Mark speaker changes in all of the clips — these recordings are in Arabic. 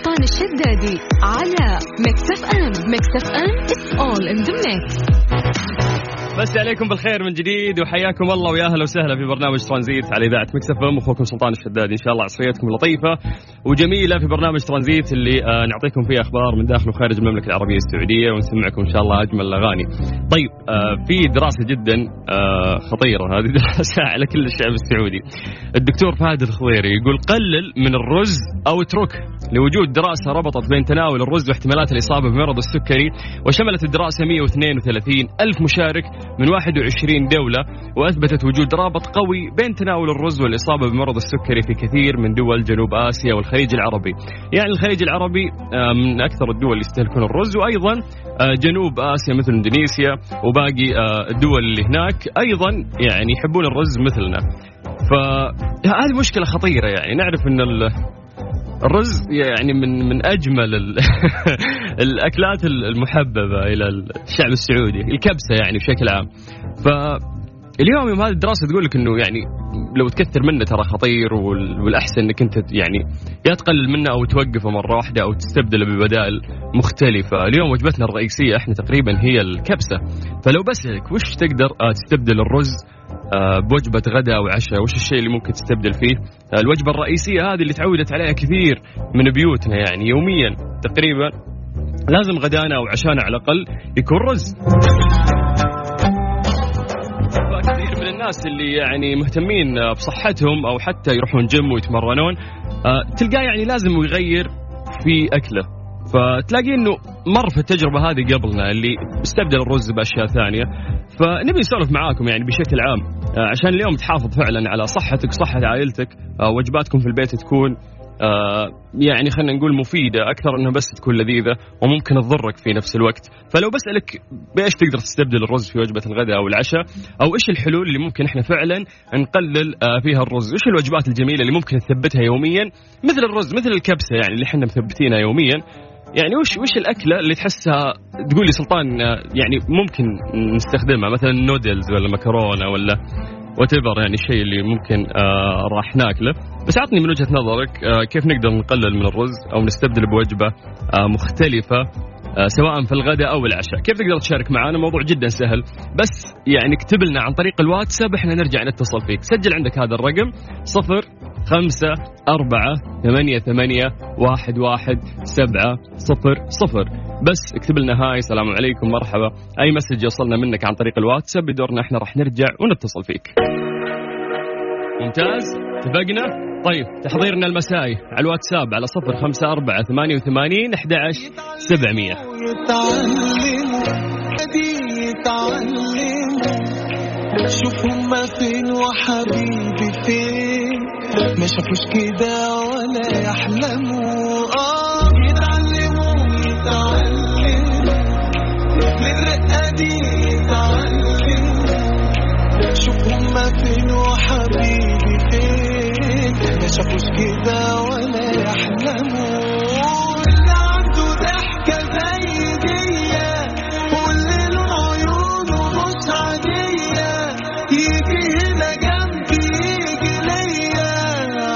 Speaker 1: الشدادي على ميكس اف ام ميكس اف ام اتس اول ان ذا ميكس
Speaker 2: بس عليكم بالخير من جديد وحياكم الله ويا اهلا وسهلا في برنامج ترانزيت على اذاعه مكس اف ام اخوكم سلطان الشدادي ان شاء الله عصريتكم لطيفه وجميله في برنامج ترانزيت اللي آه، نعطيكم فيه اخبار من داخل وخارج المملكه العربيه السعوديه ونسمعكم ان شاء الله اجمل الاغاني. طيب آه، في دراسه جدا آه، خطيره هذه دراسه على كل الشعب السعودي. الدكتور فهد الخويري يقول قلل من الرز او اتركه لوجود دراسه ربطت بين تناول الرز واحتمالات الاصابه بمرض السكري وشملت الدراسه 132 الف مشارك من 21 دوله واثبتت وجود رابط قوي بين تناول الرز والاصابه بمرض السكري في كثير من دول جنوب اسيا والخليج العربي. يعني الخليج العربي آه، من اكثر الدول اللي يستهلكون الرز وايضا آه، جنوب اسيا مثل اندونيسيا وباقي آه، الدول اللي هناك ايضا يعني يحبون الرز مثلنا. فهذه مشكله خطيره يعني نعرف ان ال... الرز يعني من من اجمل ال... الاكلات المحببه الى الشعب السعودي، الكبسه يعني بشكل عام. فاليوم يوم هذه الدراسه تقول لك انه يعني لو تكثر منه ترى خطير وال- والاحسن انك انت يعني يا تقلل منه او توقفه مره واحده او تستبدله ببدائل مختلفه، اليوم وجبتنا الرئيسيه احنا تقريبا هي الكبسه، فلو بسالك وش تقدر آه، تستبدل الرز آه، بوجبة غداء وعشاء وش الشيء اللي ممكن تستبدل فيه آه، الوجبة الرئيسية هذه اللي تعودت عليها كثير من بيوتنا يعني يوميا تقريبا لازم غدانا او عشانا على الاقل يكون رز كثير من الناس اللي يعني مهتمين آه، بصحتهم او حتى يروحون جيم ويتمرنون آه، تلقاه يعني لازم يغير في اكله فتلاقي انه مر في التجربه هذه قبلنا اللي استبدل الرز باشياء ثانيه فنبي نسولف معاكم يعني بشكل عام آه، عشان اليوم تحافظ فعلا على صحتك وصحه عائلتك آه، وجباتكم في البيت تكون آه، يعني خلينا نقول مفيدة أكثر أنها بس تكون لذيذة وممكن تضرك في نفس الوقت فلو بسألك بإيش تقدر تستبدل الرز في وجبة الغداء أو العشاء أو إيش الحلول اللي ممكن إحنا فعلا نقلل آه، فيها الرز إيش الوجبات الجميلة اللي ممكن نثبتها يوميا مثل الرز مثل الكبسة يعني اللي إحنا مثبتينها يوميا يعني وش وش الاكله اللي تحسها تقول لي سلطان آه، يعني ممكن نستخدمها مثلا نودلز ولا مكرونه ولا وات يعني الشيء اللي ممكن آه راح ناكله بس عطني من وجهه نظرك آه كيف نقدر نقلل من الرز او نستبدله بوجبه آه مختلفه آه سواء في الغداء او العشاء، كيف تقدر تشارك معنا؟ موضوع جدا سهل، بس يعني اكتب لنا عن طريق الواتساب احنا نرجع نتصل فيك، سجل عندك هذا الرقم 0 5 4 8 8 1 1 7 0 0 بس اكتب لنا هاي سلام عليكم مرحبا اي مسج يوصلنا منك عن طريق الواتساب بدورنا احنا راح نرجع ونتصل فيك ممتاز اتفقنا طيب تحضيرنا المسائي على الواتساب على صفر خمسة أربعة ثمانية وثمانين أحد عشر سبعمية
Speaker 3: يتعلموا دي يتعلموا شوف هما فين وحبيبي فين ما شافوش كده ولا يحلموا اه يتعلموا يتعلموا من الرقة دي يتعلموا شوف هما فين وحبيبي فين ما شافوش كده ولا يحلموا اللي عنده ضحكة زي دي واللي له عيونه مش عادية يجي هنا جنبي يجي ليا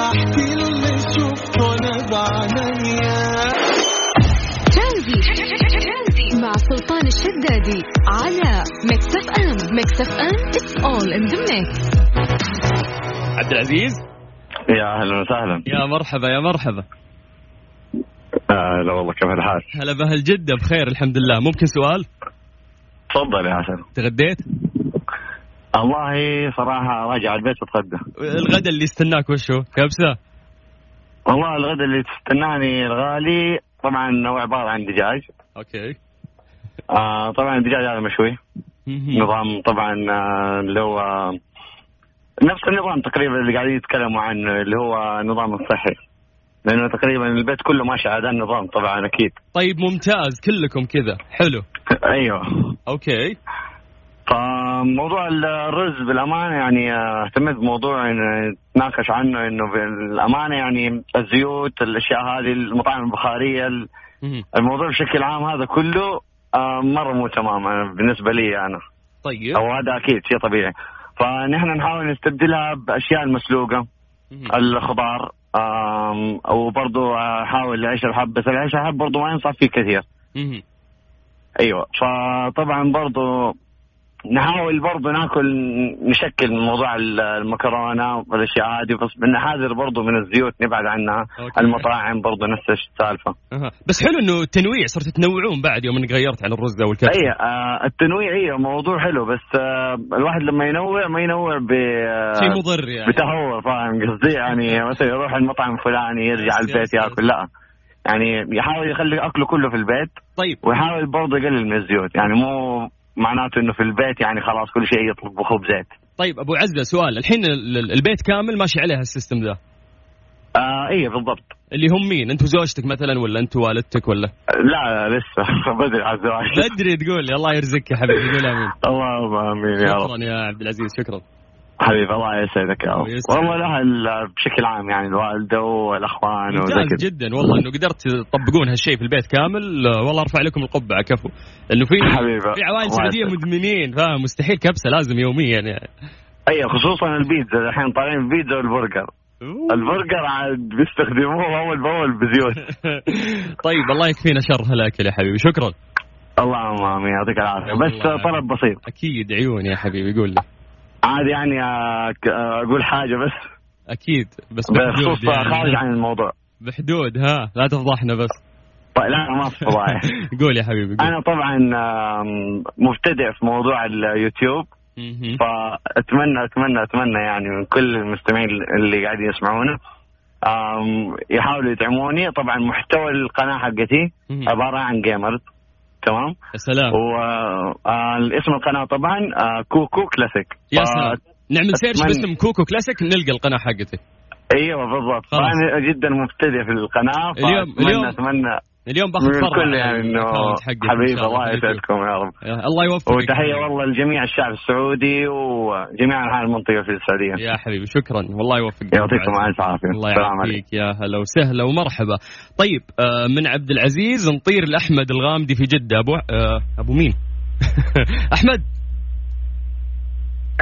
Speaker 3: احكي اللي شفته انا بعينيا
Speaker 1: ترانزي مع سلطان الشدادي على ميكس اف ام ميكس اف ام اتس اول ان ذا ميكس
Speaker 2: عبد العزيز
Speaker 4: يا اهلا وسهلا
Speaker 2: يا مرحبا يا مرحبا
Speaker 4: هلا آه، والله كيف الحال؟
Speaker 2: هلا بأهل جدة بخير الحمد لله ممكن سؤال
Speaker 4: تفضل يا حسن
Speaker 2: تغديت
Speaker 4: والله صراحه راجع البيت اتغدى
Speaker 2: الغدا اللي استناك وشو كبسة
Speaker 4: والله الغداء اللي تستناني الغالي طبعا هو عباره عن دجاج
Speaker 2: اوكي
Speaker 4: آه طبعا الدجاج هذا مشوي نظام طبعا آه، اللي هو نفس النظام تقريبا اللي قاعدين يتكلموا عنه اللي هو النظام الصحي لانه تقريبا البيت كله ماشي على هذا النظام طبعا اكيد
Speaker 2: طيب ممتاز كلكم كذا حلو
Speaker 4: ايوه
Speaker 2: اوكي
Speaker 4: فموضوع الرز بالامانه يعني آه، اهتميت بموضوع إن- نتناقش عنه انه بالامانه يعني الزيوت الاشياء هذه المطاعم البخاريه ال-
Speaker 2: مهم.
Speaker 4: الموضوع بشكل عام هذا كله آه، مره مو تمام أنا- بالنسبه لي انا
Speaker 2: طيب
Speaker 4: او هذا اكيد شيء طبيعي فنحن نحاول نستبدلها باشياء المسلوقه
Speaker 2: مهم.
Speaker 4: الخضار آم، وبرضو احاول اعيش الحب بس العيش الحب برضو ما ينصح فيه كثير
Speaker 2: مهم.
Speaker 4: ايوه فطبعا برضو نحاول برضو ناكل نشكل من موضوع المكرونه والاشياء هذه بس بنحاذر برضو من الزيوت نبعد عنها
Speaker 2: أوكي.
Speaker 4: المطاعم برضو نفس السالفه
Speaker 2: أها. بس حلو انه التنويع صرتوا تنوعون بعد يوم انك غيرت عن الرز او الكبسه
Speaker 4: اي آه، التنويع ايوه موضوع حلو بس آه، الواحد لما ينوع ما ينوع ب آه،
Speaker 2: شيء مضر يعني
Speaker 4: بتهور فاهم قصدي يعني مثلا يروح المطعم الفلاني يرجع
Speaker 2: يس-
Speaker 4: البيت
Speaker 2: يس- يس.
Speaker 4: ياكل لا يعني يحاول يخلي اكله كله في البيت
Speaker 2: طيب
Speaker 4: ويحاول برضه يقلل من الزيوت يعني مو معناته انه في البيت يعني خلاص كل شيء يطلب بخوب زيت
Speaker 2: طيب ابو عزه سؤال الحين ال- ال- البيت كامل ماشي عليها السيستم ذا
Speaker 4: آه ايه بالضبط
Speaker 2: اللي هم مين انت وزوجتك مثلا ولا انت والدتك ولا
Speaker 4: لا لسه بدري على الزواج
Speaker 2: بدري تقول يا الله يرزقك يا حبيبي قول امين
Speaker 4: اللهم امين يا رب
Speaker 2: شكرا يا عبد العزيز شكرا
Speaker 4: حبيبي الله يسعدك يا رب
Speaker 2: ويسعدك.
Speaker 4: والله الاهل بشكل عام يعني الوالده والاخوان وزي
Speaker 2: ممتاز
Speaker 4: كذا
Speaker 2: جدا والله انه قدرت تطبقون هالشيء في البيت كامل آه، والله ارفع لكم القبعه كفو انه في
Speaker 4: حبيبي.
Speaker 2: في عوائل
Speaker 4: الله
Speaker 2: سعوديه
Speaker 4: يسعدك.
Speaker 2: مدمنين فاهم مستحيل كبسه لازم يوميا يعني
Speaker 4: ايوه خصوصا البيتزا الحين طالعين البيتزا والبرجر البرجر عاد بيستخدموه اول باول بزيوت
Speaker 2: طيب الله يكفينا شر هالاكل يا حبيبي شكرا
Speaker 4: اللهم امين يعطيك العافيه
Speaker 2: الله
Speaker 4: بس
Speaker 2: يعافيك.
Speaker 4: طلب بسيط
Speaker 2: اكيد عيوني يا حبيبي قول لي
Speaker 4: عاد يعني أك- اقول حاجه بس
Speaker 2: اكيد بس بحدود
Speaker 4: بخصوص خارج
Speaker 2: يعني
Speaker 4: عن الموضوع
Speaker 2: بحدود ها لا تفضحنا بس
Speaker 4: طيب لا ما في فضايح
Speaker 2: قول يا حبيبي قول
Speaker 4: انا طبعا آم، مبتدئ في موضوع اليوتيوب
Speaker 2: مهم.
Speaker 4: فاتمنى اتمنى اتمنى يعني من كل المستمعين اللي قاعدين يسمعونا آم، يحاولوا يدعموني طبعا محتوى القناه حقتي
Speaker 2: مهم.
Speaker 4: عباره عن جيمرز تمام آه،
Speaker 2: يا سلام
Speaker 4: واسم القناه طبعا آه، كوكو كلاسيك
Speaker 2: يا
Speaker 4: ف-
Speaker 2: سلام نعمل سيرش
Speaker 4: أتمنى-
Speaker 2: باسم كوكو كلاسيك نلقى القناه حقتك
Speaker 4: ايوه بالضبط
Speaker 2: خلاص.
Speaker 4: فانا جدا مبتدئ في القناه
Speaker 2: اليوم- اليوم
Speaker 4: فاتمنى اتمنى
Speaker 2: اليوم باخذ
Speaker 4: من
Speaker 2: فرع
Speaker 4: الكل
Speaker 2: على
Speaker 4: يعني انه
Speaker 2: الأكاونت حقك إن
Speaker 4: حبيبي
Speaker 2: شاء الله
Speaker 4: الله
Speaker 2: في اليوتيوب.
Speaker 4: يسعدكم يا رب
Speaker 2: يا- الله يوفقك
Speaker 4: وتحيه والله لجميع الشعب السعودي وجميع انحاء المنطقه في السعوديه
Speaker 2: يا حبيبي شكرا والله يوفقك
Speaker 4: يعطيكم الف عافيه
Speaker 2: الله
Speaker 4: السلام عليكم
Speaker 2: يعافيك يا هلا وسهلا ومرحبا طيب آه، من عبد العزيز نطير لاحمد الغامدي في جده ابو آه، ابو مين احمد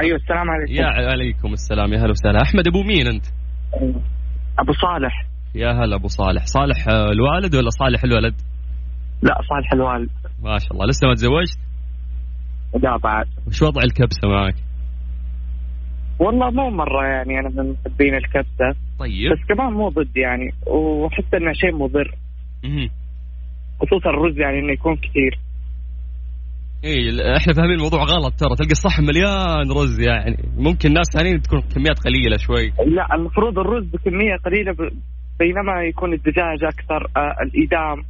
Speaker 5: ايوه السلام عليكم
Speaker 2: يا عليكم السلام يا هلا وسهلا احمد ابو مين انت
Speaker 5: ابو صالح
Speaker 2: يا هلا ابو صالح صالح آه، الوالد ولا صالح الولد
Speaker 5: لا صالح الوالد
Speaker 2: ما شاء الله لسه ما تزوجت
Speaker 5: لا بعد
Speaker 2: وش وضع الكبسه معك
Speaker 5: والله مو مره يعني انا من محبين الكبسه
Speaker 2: طيب
Speaker 5: بس كمان مو ضد يعني واحس انه شيء مضر
Speaker 2: مهم.
Speaker 5: خصوصا الرز يعني انه يكون كثير
Speaker 2: اي إيه، ال- احنا فاهمين الموضوع غلط ترى تلقى الصحن مليان رز يعني ممكن ناس ثانيين تكون كميات قليله شوي
Speaker 5: لا المفروض الرز بكميه قليله ب- بينما يكون الدجاج اكثر آه الادام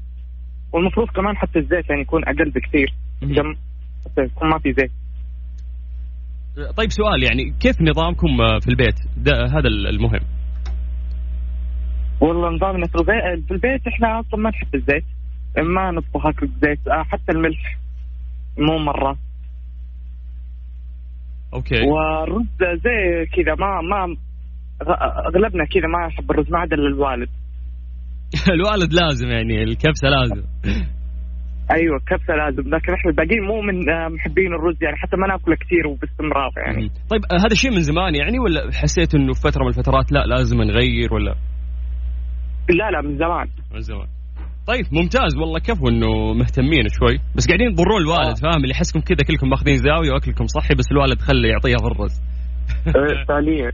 Speaker 5: والمفروض كمان حتى الزيت يعني يكون اقل بكثير
Speaker 2: مهم.
Speaker 5: جم حتى يكون ما في زيت
Speaker 2: طيب سؤال يعني كيف نظامكم آه، في البيت؟ ده هذا ال- المهم.
Speaker 5: والله نظامنا في البيت, في البيت احنا اصلا ما نحب الزيت ما نطبخ اكل بزيت آه، حتى الملح مو مره
Speaker 2: اوكي.
Speaker 5: والرز زي كذا ما ما غ- اغلبنا كذا ما يحب الرز ما عدا الوالد
Speaker 2: الوالد لازم يعني الكبسه لازم.
Speaker 5: ايوه كبسه لازم لكن احنا الباقيين مو من آه، محبين الرز يعني حتى ما ناكله كثير وباستمرار يعني
Speaker 2: مم. طيب آه، هذا شيء من زمان يعني ولا حسيت انه في فتره من الفترات لا لازم نغير ولا
Speaker 5: لا لا من زمان
Speaker 2: من زمان. طيب ممتاز والله كفو انه مهتمين شوي بس قاعدين تضرون الوالد
Speaker 5: آه.
Speaker 2: فاهم اللي يحسكم كذا كلكم ماخذين زاويه واكلكم صحي بس الوالد خلى يعطيها في الرز.
Speaker 6: إيه،
Speaker 5: فعليا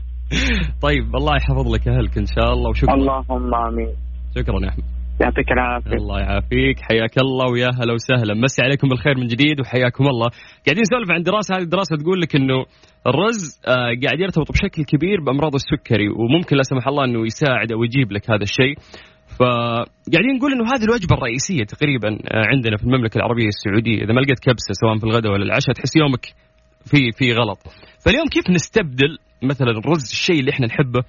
Speaker 2: طيب الله يحفظ لك اهلك ان شاء الله وشكرا
Speaker 5: اللهم امين
Speaker 2: شكرا يا احمد.
Speaker 5: يعطيك العافيه
Speaker 2: الله يعافيك حياك الله ويا هلا وسهلا مسي عليكم بالخير من جديد وحياكم الله قاعدين نسولف عن دراسه هذه الدراسه تقول لك انه الرز آه، قاعد يرتبط بشكل كبير بامراض السكري وممكن لا سمح الله انه يساعد او يجيب لك هذا الشيء فقاعدين نقول انه هذه الوجبه الرئيسيه تقريبا آه، عندنا في المملكه العربيه السعوديه اذا ما لقيت كبسه سواء في الغداء ولا العشاء تحس يومك في في غلط فاليوم كيف نستبدل مثلا الرز الشيء اللي احنا نحبه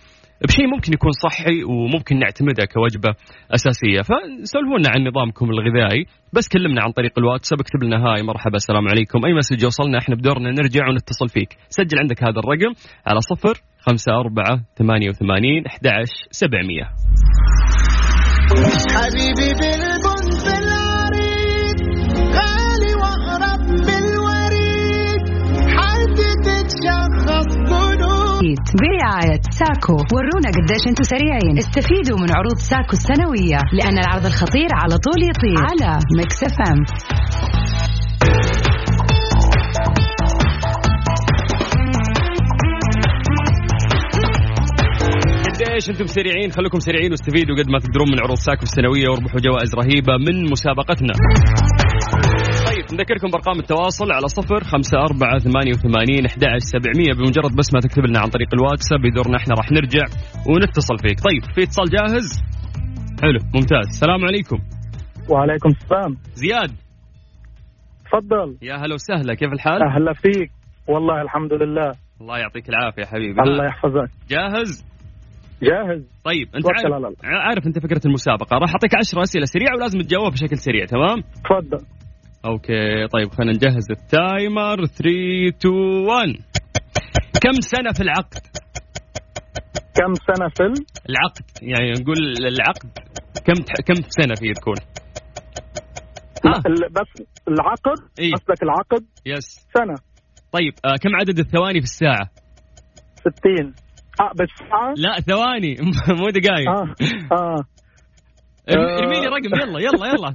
Speaker 2: بشيء ممكن يكون صحي وممكن نعتمده كوجبه اساسيه فسولفونا عن نظامكم الغذائي بس كلمنا عن طريق الواتساب اكتب لنا هاي مرحبا السلام عليكم اي مسج يوصلنا احنا بدورنا نرجع ونتصل فيك سجل عندك هذا الرقم على صفر خمسة أربعة ثمانية وثمانين أحد عشر سبعمية
Speaker 3: حبيبي بالبن في العريض غالي واقرب بالوريد حد تتشخص قلوب
Speaker 1: البيت برعاية ساكو ورونا قديش انتم سريعين استفيدوا من عروض ساكو السنوية لأن العرض الخطير على طول يطير على ميكس اف ام
Speaker 2: قديش انتم سريعين خليكم سريعين واستفيدوا قد ما تقدرون من عروض ساكو السنويه واربحوا جوائز رهيبه من مسابقتنا. طيب نذكركم بارقام التواصل على صفر خمسة أربعة ثمانية وثمانين أحد سبعمية بمجرد بس ما تكتب لنا عن طريق الواتساب يدورنا احنا راح نرجع ونتصل فيك طيب في اتصال جاهز حلو ممتاز السلام عليكم
Speaker 6: وعليكم السلام
Speaker 2: زياد
Speaker 6: تفضل أه.
Speaker 2: يا هلا وسهلا كيف الحال
Speaker 6: اهلا فيك والله الحمد لله
Speaker 2: الله يعطيك العافية يا حبيبي
Speaker 6: الله يحفظك
Speaker 2: جاهز
Speaker 6: جاهز
Speaker 2: طيب انت
Speaker 6: توكل على
Speaker 2: عارف, عارف انت فكرة المسابقة راح أعطيك عشر أسئلة سريعة ولازم تجاوب بشكل سريع تمام
Speaker 6: تفضل
Speaker 2: اوكي طيب خلينا نجهز التايمر 3 2 1 كم سنة في العقد؟
Speaker 6: كم سنة في ال-
Speaker 2: العقد يعني نقول العقد كم تح... كم سنة فيه تكون؟ آه.
Speaker 6: ال- بس العقد
Speaker 2: إيه.
Speaker 6: قصدك العقد
Speaker 2: يس
Speaker 6: سنة
Speaker 2: طيب آه كم عدد الثواني في الساعة؟
Speaker 6: 60 آه بالساعة
Speaker 2: لا ثواني مو دقائق
Speaker 6: آه. آه.
Speaker 2: ارمي- ارمي لي رقم يلا يلا يلا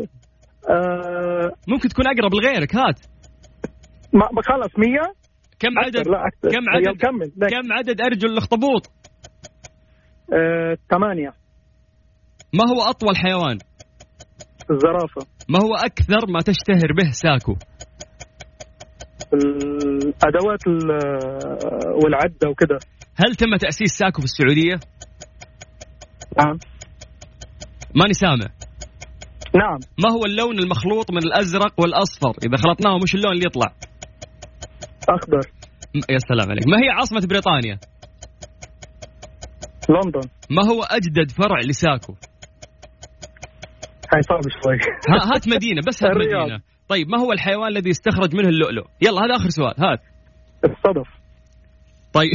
Speaker 6: آه.
Speaker 2: ممكن تكون اقرب لغيرك هات
Speaker 6: ما ما خلص 100
Speaker 2: كم عدد
Speaker 6: أكثر، لا أكثر. طيب،
Speaker 2: كم
Speaker 6: يلا
Speaker 2: عدد
Speaker 6: كمل. next.
Speaker 2: كم عدد ارجل الاخطبوط؟
Speaker 6: آه. 8
Speaker 2: ما هو اطول حيوان؟
Speaker 6: الزرافة
Speaker 2: ما هو اكثر ما تشتهر به ساكو؟
Speaker 6: الأدوات ال- آه، والعدة وكده
Speaker 2: هل تم تاسيس ساكو في السعودية؟
Speaker 6: نعم
Speaker 2: ماني سامع
Speaker 6: نعم
Speaker 2: ما هو اللون المخلوط من الازرق والاصفر اذا خلطناهم وش اللون اللي يطلع
Speaker 6: أخضر
Speaker 2: م- يا سلام عليك ما هي عاصمه بريطانيا
Speaker 6: لندن
Speaker 2: ما هو اجدد فرع لساكو
Speaker 6: هاي صعب شوي
Speaker 2: ها- هات مدينه بس هات
Speaker 6: الرياض.
Speaker 2: مدينه طيب ما هو الحيوان الذي يستخرج منه اللؤلؤ يلا هذا اخر سؤال هات
Speaker 6: الصدف
Speaker 2: طيب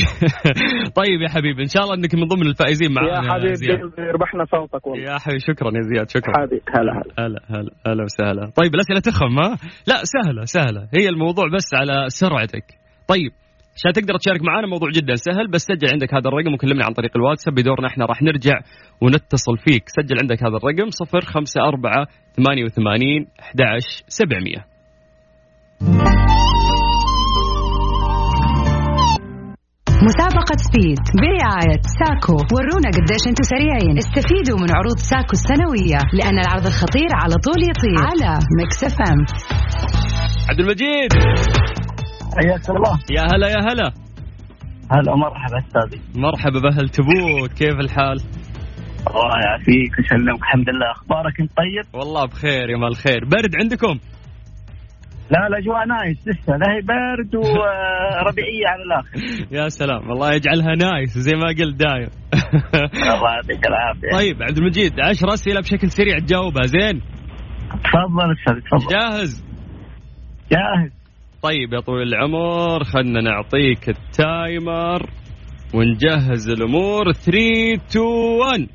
Speaker 2: طيب يا حبيبي ان شاء الله انك من ضمن الفائزين
Speaker 6: يا
Speaker 2: معنا زياد.
Speaker 6: حبيبي ربحنا صوتك والله
Speaker 2: يا حبيبي شكرا يا زياد شكرا
Speaker 6: حبيبي هلا هلا
Speaker 2: هلا هلا هلا وسهلا طيب الاسئله تخم ها لا سهله سهله هي الموضوع بس على سرعتك طيب عشان تقدر تشارك معنا موضوع جدا سهل بس سجل عندك هذا الرقم وكلمنا عن طريق الواتساب بدورنا احنا راح نرجع ونتصل فيك سجل عندك هذا الرقم 054 88 11700
Speaker 1: مسابقة سبيد برعاية ساكو ورونا قديش انتم سريعين استفيدوا من عروض ساكو السنوية لأن العرض الخطير على طول يطير على ميكس اف ام
Speaker 2: عبد المجيد
Speaker 7: حياك الله
Speaker 2: يا هلا يا هلا
Speaker 7: هلا ومرحبا استاذي
Speaker 2: مرحبا باهل تبوك كيف الحال
Speaker 7: الله يعافيك ويسلمك الحمد لله اخبارك انت طيب؟
Speaker 2: والله بخير يا مال الخير برد عندكم
Speaker 7: لا الاجواء نايس لسه لا هي برد وربيعيه على الاخر
Speaker 2: يا سلام الله يجعلها نايس زي ما قلت دايم
Speaker 7: الله يعطيك العافيه
Speaker 2: طيب عبد المجيد عشر اسئله بشكل سريع تجاوبها زين
Speaker 7: تفضل استاذ تفضل
Speaker 2: جاهز
Speaker 7: جاهز
Speaker 2: طيب يا طويل العمر خلنا نعطيك التايمر ونجهز الامور 3 2 1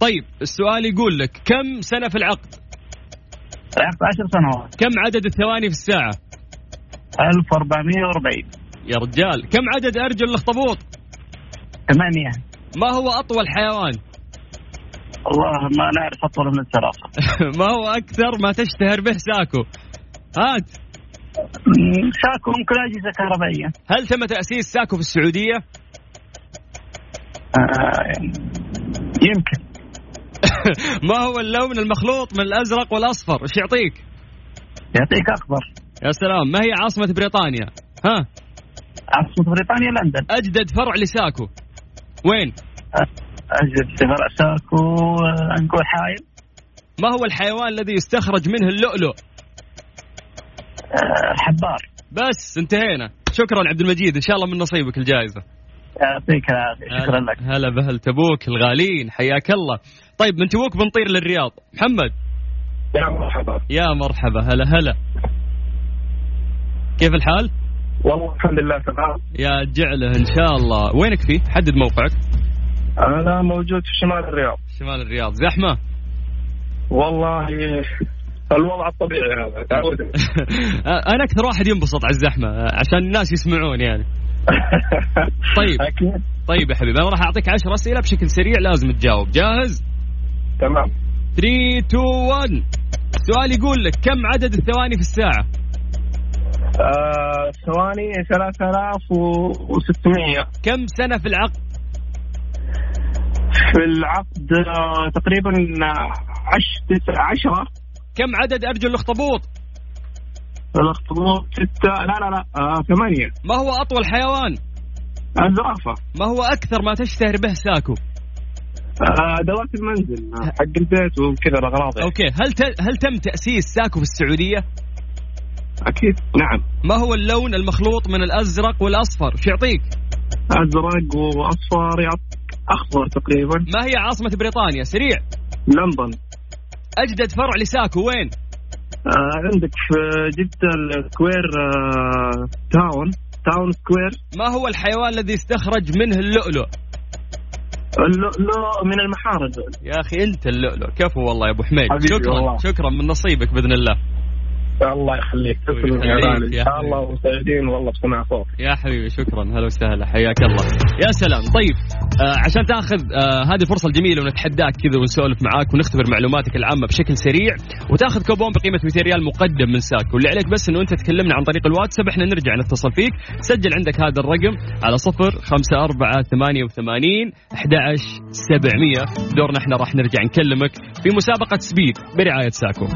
Speaker 2: طيب السؤال يقول لك كم سنه في العقد
Speaker 7: لعبت 10 سنوات
Speaker 2: كم عدد الثواني في الساعه
Speaker 7: 1440
Speaker 2: يا رجال كم عدد ارجل الاخطبوط
Speaker 7: 8
Speaker 2: ما هو اطول حيوان
Speaker 7: والله ما نعرف اطول من الزرافه
Speaker 2: ما هو اكثر ما تشتهر به ساكو هات
Speaker 7: مم، ساكو ممكن اجهزه كهربائيه
Speaker 2: هل تم تاسيس ساكو في السعوديه
Speaker 7: آه، يمكن
Speaker 2: ما هو اللون المخلوط من الازرق والاصفر ايش يعطيك
Speaker 7: يعطيك اخضر
Speaker 2: يا سلام ما هي عاصمة بريطانيا؟ ها
Speaker 7: عاصمه بريطانيا لندن آه،
Speaker 2: أجدد فرع لساكو وين؟
Speaker 7: اجل سفر ساكو آه، نقول حايل
Speaker 2: ما هو الحيوان الذي يستخرج منه اللؤلؤ؟
Speaker 7: آه، الحبار
Speaker 2: بس انتهينا شكرا عبد المجيد ان شاء الله من نصيبك الجائزه
Speaker 7: يعطيك العافيه شكرا لك
Speaker 2: هلا باهل تبوك الغالين حياك الله طيب من تبوك بنطير للرياض محمد
Speaker 8: يا مرحبا
Speaker 2: يا مرحبا هلا هلا كيف الحال
Speaker 8: والله الحمد لله تمام
Speaker 2: يا جعله ان شاء الله وينك فيه حدد موقعك
Speaker 8: انا موجود في شمال الرياض
Speaker 2: شمال الرياض زحمه
Speaker 8: والله الوضع الطبيعي هذا تعودنا
Speaker 2: انا اكثر واحد ينبسط على الزحمه عشان الناس يسمعون يعني طيب.
Speaker 7: اكيد
Speaker 2: طيب يا حبيبي انا راح اعطيك 10 اسئله بشكل سريع لازم تجاوب جاهز
Speaker 7: تمام
Speaker 2: 3 2 1 السؤال يقول لك كم عدد الثواني في الساعه
Speaker 7: آه، ثواني 3600
Speaker 2: كم سنه في العقد
Speaker 7: في العقد آه، تقريبا 10
Speaker 2: كم عدد ارجل الاخطبوط
Speaker 7: الاخطبوط 6 لا لا آه، لا 8
Speaker 2: ما هو اطول حيوان
Speaker 7: الزرافه
Speaker 2: ما هو اكثر ما تشتهر به ساكو
Speaker 7: آه، ادوات المنزل آه، حق البيت وكذا الاغراض يعني.
Speaker 2: اوكي هل ت... هل تم تاسيس ساكو في السعوديه
Speaker 7: اكيد نعم
Speaker 2: ما هو اللون المخلوط من الازرق والاصفر شو يعطيك
Speaker 7: ازرق واصفر يعطيك اخضر تقريبا
Speaker 2: ما هي عاصمه بريطانيا سريع
Speaker 7: لندن
Speaker 2: اجدد فرع لساكو وين
Speaker 7: آه، عندك في جدة السكوير آه، تاون تاون سكوير
Speaker 2: ما هو الحيوان الذي استخرج منه اللؤلؤ
Speaker 7: اللؤلؤ من المحارج
Speaker 2: يا اخي انت اللؤلؤ كفو والله يا ابو حميد
Speaker 7: حبيبي
Speaker 2: شكرا
Speaker 7: والله.
Speaker 2: شكرا من نصيبك باذن الله
Speaker 7: الله يخليك
Speaker 2: تسلم يا غالي. إن شاء الله
Speaker 7: وسعيدين والله بسمع صوت
Speaker 2: يا حبيبي شكرا هلا وسهلا حياك الله يا سلام طيب آه عشان تاخذ آه هذه الفرصه الجميله ونتحداك كذا ونسولف معاك ونختبر معلوماتك العامه بشكل سريع وتاخذ كوبون بقيمه 200 ريال مقدم من ساك واللي عليك بس انه انت تكلمنا عن طريق الواتساب احنا نرجع نتصل فيك سجل عندك هذا الرقم على 0 5 4 88 11 700 دورنا احنا راح نرجع نكلمك في مسابقه سبيد برعايه ساكو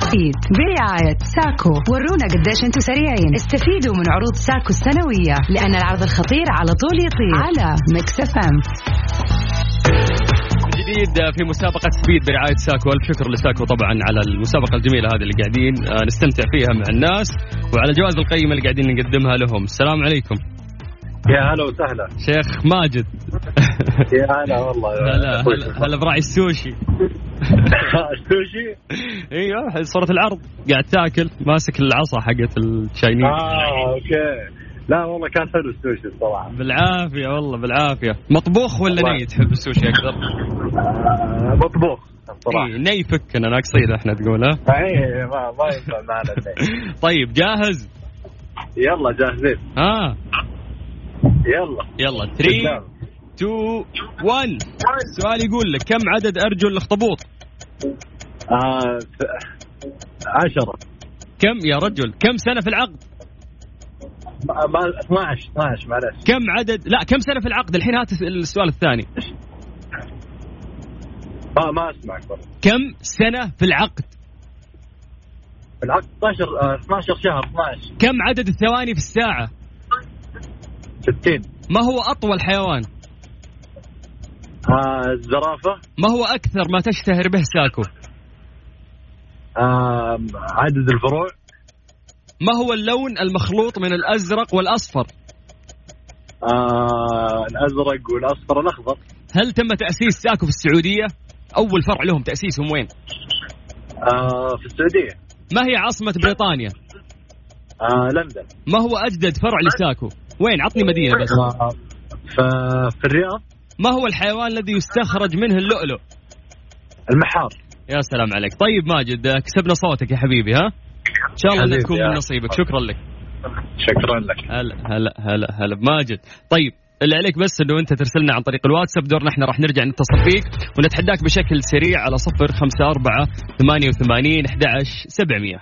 Speaker 1: سبيد برعاية ساكو ورونا قديش انتم سريعين استفيدوا من عروض ساكو السنوية لأن العرض الخطير على طول يطير على ميكس اف ام
Speaker 2: من جديد في مسابقة سبيد برعاية ساكو ألف شكر لساكو طبعا على المسابقة الجميلة هذه اللي قاعدين آه، نستمتع فيها مع الناس وعلى الجوائز القيمة اللي قاعدين نقدمها لهم السلام عليكم
Speaker 7: يا هلا وسهلا
Speaker 2: شيخ ماجد
Speaker 7: يا هلا والله
Speaker 2: هلا هلا- هلا براعي السوشي
Speaker 7: السوشي
Speaker 2: ايوه صورة العرض قاعد تاكل ماسك العصا حقت الشاينيز
Speaker 7: اه اوكي لا والله كان حلو السوشي الصراحه
Speaker 2: بالعافية والله بالعافية مطبوخ ولا
Speaker 7: والله.
Speaker 2: ني تحب السوشي أكثر؟
Speaker 7: آه، مطبوخ الصراحه
Speaker 2: إيه، ني فكنا ناقصين احنا تقول ها؟
Speaker 7: اي ما ما ينفع معنا الليل.
Speaker 2: طيب جاهز؟
Speaker 7: يلا جاهزين
Speaker 2: ها
Speaker 7: يلا
Speaker 2: يلا 3 2 1 السؤال يقول لك كم عدد ارجل الاخطبوط؟
Speaker 7: آه، ف- عشرة
Speaker 2: كم يا رجل كم سنه في العقد؟
Speaker 7: ما- ما- 12 12 معلش
Speaker 2: كم عدد لا كم سنه في العقد؟ الحين هات السؤال الثاني
Speaker 7: ما ما اسمعك والله
Speaker 2: كم سنه في العقد؟
Speaker 7: بالعكس 12 آه، 12 شهر 12
Speaker 2: كم عدد الثواني في الساعه؟
Speaker 7: 60
Speaker 2: ما هو اطول حيوان؟
Speaker 7: آه، الزرافة
Speaker 2: ما هو اكثر ما تشتهر به ساكو؟
Speaker 7: آه، عدد الفروع
Speaker 2: ما هو اللون المخلوط من الازرق والاصفر؟
Speaker 7: آه، الازرق والاصفر الاخضر
Speaker 2: هل تم تاسيس ساكو في السعوديه؟ اول فرع لهم تاسيسهم وين؟
Speaker 7: آه، في السعودية
Speaker 2: ما هي عاصمه بريطانيا؟
Speaker 7: آه، لندن
Speaker 2: ما هو اجدد فرع لساكو؟ وين؟ عطني مدينه بس.
Speaker 7: آه، ف- في الرياض
Speaker 2: ما هو الحيوان الذي يستخرج منه اللؤلؤ؟
Speaker 7: المحار
Speaker 2: يا سلام عليك، طيب ماجد آه، كسبنا صوتك يا حبيبي ها؟ ان شاء الله انها
Speaker 7: حبيبي
Speaker 2: تكون
Speaker 7: يا
Speaker 2: من
Speaker 7: أخي.
Speaker 2: نصيبك، شكرا لك.
Speaker 7: شكرا لك
Speaker 2: هلا هلا هلا هلا بماجد، طيب اللي عليك بس انه انت ترسلنا عن طريق الواتساب دورنا احنا راح نرجع نتصل فيك ونتحداك بشكل سريع على 0 5 4 88 11 700.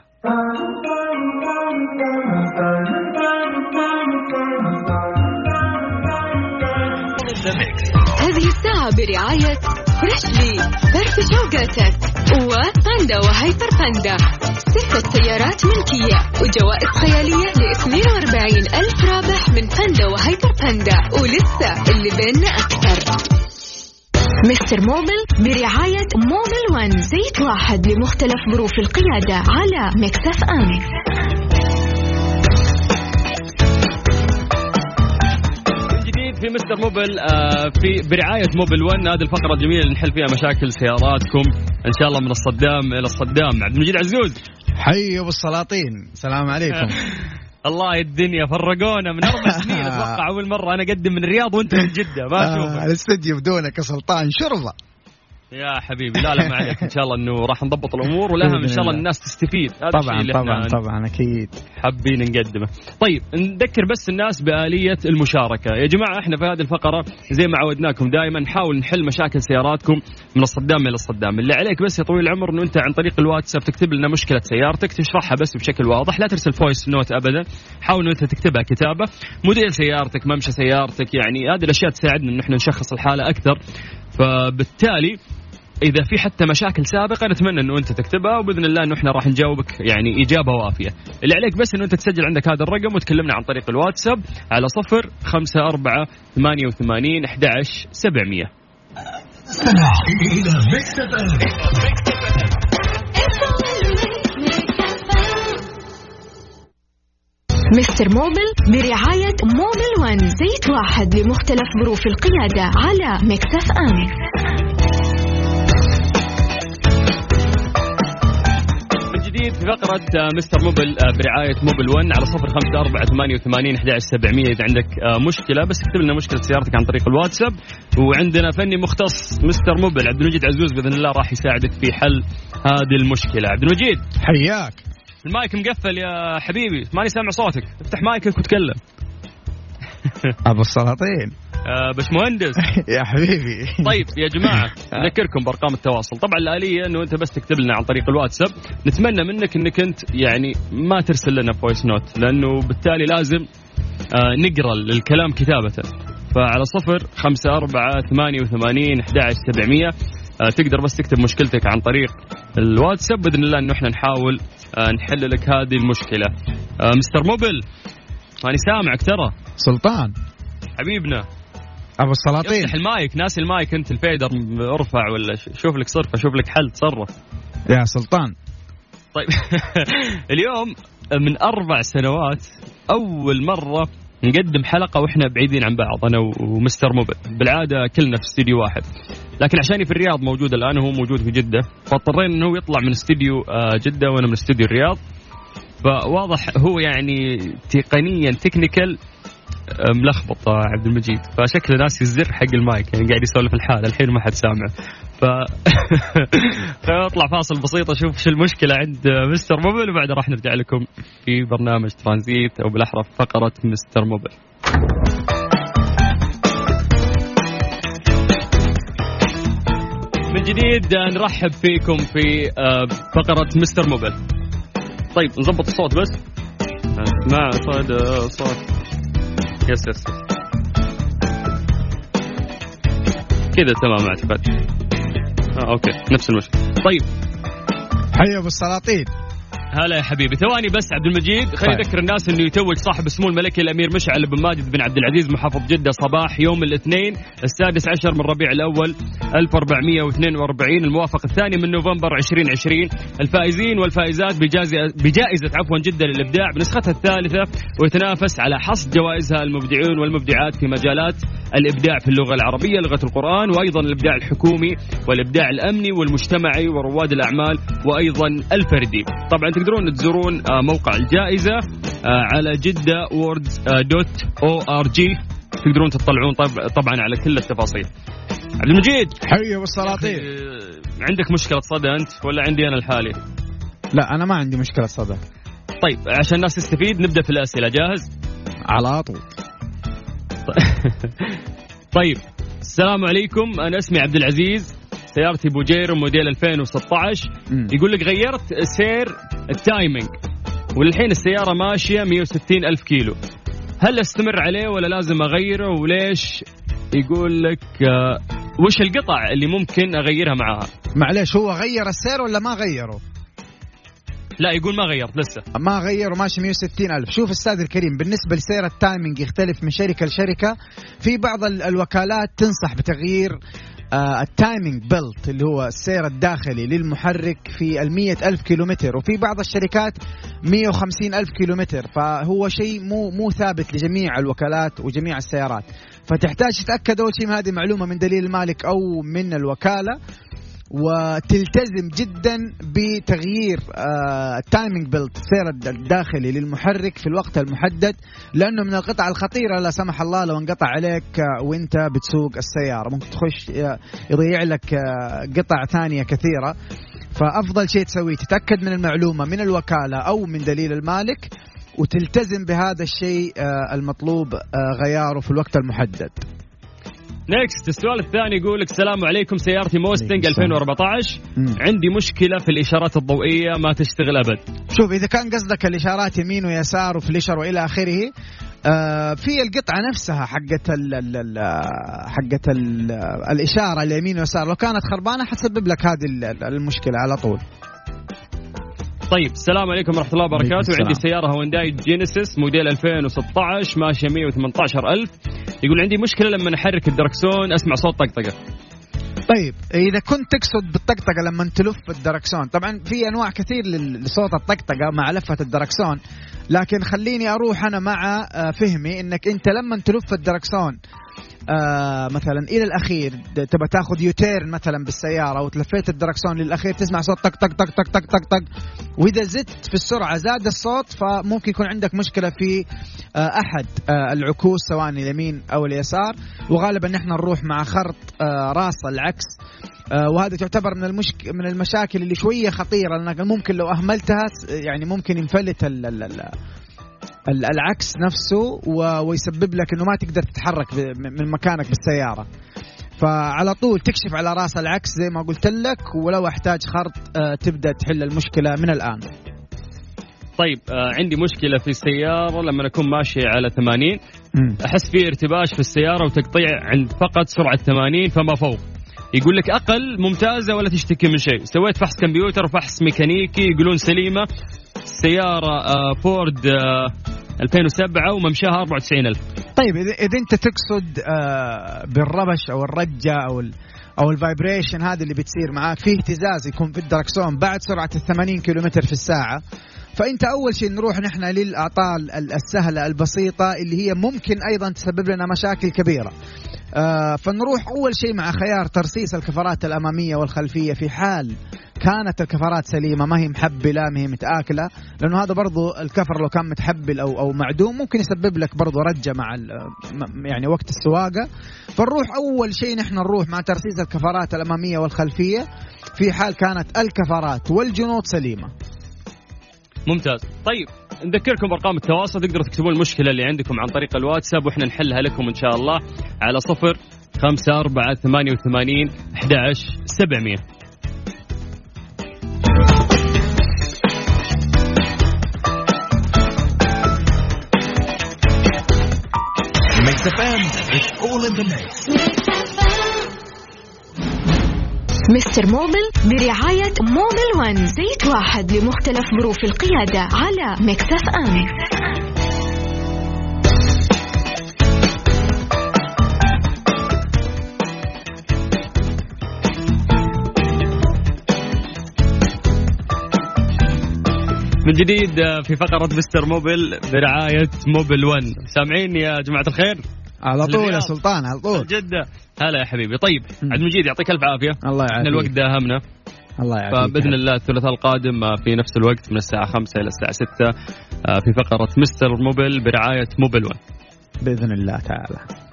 Speaker 9: هذه الساعة برعاية فريشلي فرف شوقاتك وباندا وهيفر باندا ستة سيارات ملكية وجوائز خيالية ل 42 ألف رابح من باندا وهيفر باندا ولسه اللي بيننا أكثر مستر موبل برعاية موبل ون زيت واحد لمختلف ظروف القيادة على مكسف أم
Speaker 2: من جديد في مستر موبل آه، في برعاية موبل 1 هذه الفقرة الجميلة اللي نحل فيها مشاكل سياراتكم إن شاء الله من الصدام إلى الصدام عبد المجيد عزوز
Speaker 10: حي ابو السلاطين السلام عليكم
Speaker 2: الله يا الدنيا فرقونا من أربع سنين أتوقع أول مرة أنا أقدم من الرياض وأنت من جدة ما
Speaker 10: آه
Speaker 2: أشوفك
Speaker 10: الاستديو بدونك يا سلطان شرطه
Speaker 2: يا حبيبي لا لا ما عليك ان شاء الله انه راح نضبط الامور والاهم ان شاء الله الناس تستفيد هذا الشيء
Speaker 10: طبعا
Speaker 2: اللي
Speaker 10: طبعا
Speaker 2: إحنا
Speaker 10: طبعا اكيد
Speaker 2: حابين نقدمه طيب نذكر بس الناس بآلية المشاركة يا جماعة احنا في هذه الفقرة زي ما عودناكم دائما نحاول نحل مشاكل سياراتكم من الصدام إلى الصدام اللي عليك بس يا طويل العمر انه انت عن طريق الواتساب تكتب لنا مشكلة سيارتك تشرحها بس بشكل واضح لا ترسل فويس نوت ابدا حاول انه انت تكتبها كتابة موديل سيارتك ممشى سيارتك يعني هذه الاشياء تساعدنا ان احنا نشخص الحالة اكثر فبالتالي اذا في حتى مشاكل سابقه نتمنى انه انت تكتبها وباذن الله انه احنا راح نجاوبك يعني اجابه وافيه اللي عليك بس انه انت تسجل عندك هذا الرقم وتكلمنا عن طريق الواتساب على صفر خمسة أربعة ثمانية وثمانين أحد عشر سبعمية
Speaker 9: مستر موبل برعاية موبل ون زيت واحد لمختلف ظروف القيادة على مكسف أم
Speaker 2: من جديد في فقرة آه، مستر موبل آه، برعاية موبل 1 على صفر خمسة أربعة ثمانية وثمانين أحد سبعمية إذا عندك آه، مشكلة بس اكتب لنا مشكلة سيارتك عن طريق الواتساب وعندنا فني مختص مستر موبل عبد المجيد عزوز بإذن الله راح يساعدك في حل هذه المشكلة عبد المجيد
Speaker 10: حياك
Speaker 2: المايك مقفل يا حبيبي ماني سامع صوتك افتح مايكك وتكلم
Speaker 10: ابو السلاطين
Speaker 2: آه، باشمهندس
Speaker 10: يا حبيبي
Speaker 2: طيب يا جماعه نذكركم بارقام التواصل طبعا الاليه انه انت بس تكتب لنا عن طريق الواتساب نتمنى منك انك انت يعني ما ترسل لنا فويس نوت لانه بالتالي لازم آه، نقرا الكلام كتابه فعلى صفر خمسة أربعة ثمانية وثمانين أحد سبعمية آه، تقدر بس تكتب مشكلتك عن طريق الواتساب بإذن الله إنه إحنا نحاول آه، نحل لك هذه المشكلة آه، مستر موبل ماني سامعك ترى
Speaker 10: سلطان
Speaker 2: حبيبنا
Speaker 10: ابو السلاطين
Speaker 2: افتح المايك ناسي المايك انت الفيدر ارفع ولا ش- شوف لك صرفه شوف لك حل تصرف
Speaker 10: يا سلطان
Speaker 2: طيب اليوم من اربع سنوات اول مره نقدم حلقه واحنا بعيدين عن بعض انا و- ومستر موبل بالعاده كلنا في استديو واحد لكن عشاني في الرياض موجود الان وهو موجود في جده فاضطرينا انه هو يطلع من استديو آه، جده وانا من استديو الرياض فواضح هو يعني تقنيا تكنيكال ملخبط آه، عبد المجيد فشكله ناسي الزر حق المايك يعني قاعد يسولف الحال الحين ما حد سامع ف فاطلع فاصل بسيط اشوف شو المشكله عند آه، مستر موبل وبعدها راح نرجع لكم في برنامج ترانزيت او بالاحرى في فقره مستر موبل من جديد آه، نرحب فيكم في آه، فقره مستر موبل طيب نظبط الصوت بس مع صوت آه، صوت يس يس يس. كذا تمام اعتقد آه اوكي نفس المشكله طيب
Speaker 10: حي ابو السلاطين
Speaker 2: هلا يا حبيبي ثواني بس عبد المجيد خليني
Speaker 10: طيب.
Speaker 2: اذكر الناس انه يتوج صاحب سمو الملكي الامير مشعل بن ماجد بن عبد العزيز محافظ جده صباح يوم الاثنين السادس عشر من ربيع الاول 1442 الموافق الثاني من نوفمبر 2020 الفائزين والفائزات بجائزه بجائزه عفوا جدا للابداع بنسختها الثالثه ويتنافس على حصد جوائزها المبدعون والمبدعات في مجالات الابداع في اللغه العربيه لغه القران وايضا الابداع الحكومي والابداع الامني والمجتمعي ورواد الاعمال وايضا الفردي طبعا تقدرون تزورون آه، موقع الجائزه آه، على جده ووردز دوت او ار جي تقدرون تطلعون طب- طبعا على كل التفاصيل عبد المجيد
Speaker 10: حي ابو السلاطين
Speaker 2: آه، عندك مشكله صدى انت ولا عندي انا الحالي
Speaker 10: لا انا ما عندي مشكله صدى
Speaker 2: طيب عشان الناس تستفيد نبدا في الاسئله جاهز
Speaker 10: على طول
Speaker 2: طيب السلام عليكم انا اسمي عبد العزيز سيارتي بوجير موديل 2016
Speaker 10: مم.
Speaker 2: يقول لك غيرت سير التايمينج والحين السياره ماشيه 160 الف كيلو هل استمر عليه ولا لازم اغيره وليش يقول لك آه، وش القطع اللي ممكن اغيرها معاها
Speaker 10: معليش هو غير السير ولا ما غيره
Speaker 2: لا يقول ما غيرت لسه
Speaker 10: ما غيره ماشي 160 ألف شوف أستاذ الكريم بالنسبة لسير التايمينج يختلف من شركة لشركة في بعض ال- الوكالات تنصح بتغيير آه، التايمينج بيلت اللي هو السير الداخلي للمحرك في المية ألف كيلومتر وفي بعض الشركات 150 ألف كيلومتر فهو شيء مو مو ثابت لجميع الوكالات وجميع السيارات فتحتاج تتأكد أول شيء من هذه المعلومة من دليل المالك أو من الوكالة وتلتزم جدا بتغيير آه، التايمينج بيلت السير الداخلي للمحرك في الوقت المحدد لانه من القطع الخطيره لا سمح الله لو انقطع عليك آه، وانت بتسوق السياره ممكن تخش آه، يضيع لك آه، قطع ثانيه كثيره فافضل شيء تسويه تتاكد من المعلومه من الوكاله او من دليل المالك وتلتزم بهذا الشيء آه، المطلوب آه، غياره في الوقت المحدد
Speaker 2: نيكست السؤال الثاني يقول لك السلام عليكم سيارتي موستنج
Speaker 10: عليكم السلام.
Speaker 2: 2014
Speaker 10: مم.
Speaker 2: عندي مشكله في الاشارات الضوئيه ما تشتغل ابد
Speaker 10: شوف اذا كان قصدك الاشارات يمين ويسار وفليشر والى اخره آه، في القطعه نفسها حقت ال ال ال آه، حقت ال آه، الاشاره اليمين ويسار لو كانت خربانه حتسبب لك هذه ال- ال- المشكله على طول
Speaker 2: طيب السلام عليكم ورحمه الله وبركاته
Speaker 10: السلام.
Speaker 2: عندي سياره هونداي جينيسيس موديل 2016 ماشيه 118000 يقول عندي مشكله لما احرك الدركسون اسمع صوت طقطقه
Speaker 10: طيب اذا كنت تقصد بالطقطقه لما تلف الدركسون طبعا في انواع كثير لل- لصوت الطقطقه مع لفه الدركسون لكن خليني اروح انا مع آه، فهمي انك انت لما تلف الدركسون آه، مثلا الى الاخير د- تبى تاخذ يوتيرن مثلا بالسياره وتلفيت الدركسون للاخير تسمع صوت طق طق طق طق طق طق طق واذا زدت في السرعه زاد الصوت فممكن يكون عندك مشكله في آه، احد آه، العكوس سواء اليمين او اليسار وغالبا نحن نروح مع خرط آه، راس العكس آه، وهذا تعتبر من المشك... من المشاكل اللي شويه خطيره لانك ممكن لو اهملتها س- يعني ممكن ينفلت ال... ال... ال... ال- العكس نفسه و... ويسبب لك انه ما تقدر تتحرك ب... م- من مكانك بالسياره فعلى طول تكشف على راس العكس زي ما قلت لك ولو احتاج خرط آه، تبدا تحل المشكله من الان
Speaker 2: طيب آه عندي مشكله في السياره لما اكون ماشي على 80 احس في ارتباش في السياره وتقطيع عند فقط سرعه 80 فما فوق يقول لك اقل ممتازه ولا تشتكي من شيء سويت فحص كمبيوتر وفحص ميكانيكي يقولون سليمه السياره آه فورد آه 2007 وممشاها 94000
Speaker 10: طيب اذا إذا انت تقصد آه، بالربش او الرجه او ال او الفايبريشن هذا اللي بتصير معاه فيه اهتزاز يكون في الدركسون بعد سرعه ال 80 كيلومتر في الساعه فانت اول شيء نروح نحن للاعطال ال- السهله البسيطه اللي هي ممكن ايضا تسبب لنا مشاكل كبيره آه، فنروح اول شيء مع خيار ترسيس الكفرات الاماميه والخلفيه في حال كانت الكفرات سليمه ما هي محبله ما هي متاكله لانه هذا برضو الكفر لو كان متحبل او او معدوم ممكن يسبب لك برضو رجه مع ال- م- يعني وقت السواقه فنروح اول شيء نحن نروح مع ترسيس الكفرات الاماميه والخلفيه في حال كانت الكفرات والجنوط سليمه
Speaker 2: ممتاز طيب نذكركم بارقام التواصل تقدروا تكتبون المشكله اللي عندكم عن طريق الواتساب واحنا نحلها لكم ان شاء الله على صفر خمسة أربعة ثمانية وثمانين أحد عشر سبعمية
Speaker 11: Mix FM, it's all in the mix.
Speaker 9: مستر موبل برعاية موبل ون زيت واحد لمختلف ظروف القيادة على مكسف أم
Speaker 2: من جديد آه، في فقرة مستر موبل برعاية موبل 1 سامعين يا جماعة الخير
Speaker 10: على طول يا
Speaker 2: الرياض.
Speaker 10: سلطان على طول
Speaker 2: جدة هلا يا حبيبي طيب عبد المجيد يعطيك ألف عافية
Speaker 10: الله
Speaker 2: احنا
Speaker 10: يعافيك
Speaker 2: الوقت داهمنا
Speaker 10: الله يعافيك
Speaker 2: فباذن الله الثلاثاء القادم آه، في نفس الوقت من الساعه 5 الى الساعه 6 آه، في فقره مستر موبل برعايه موبل 1
Speaker 10: باذن الله تعالى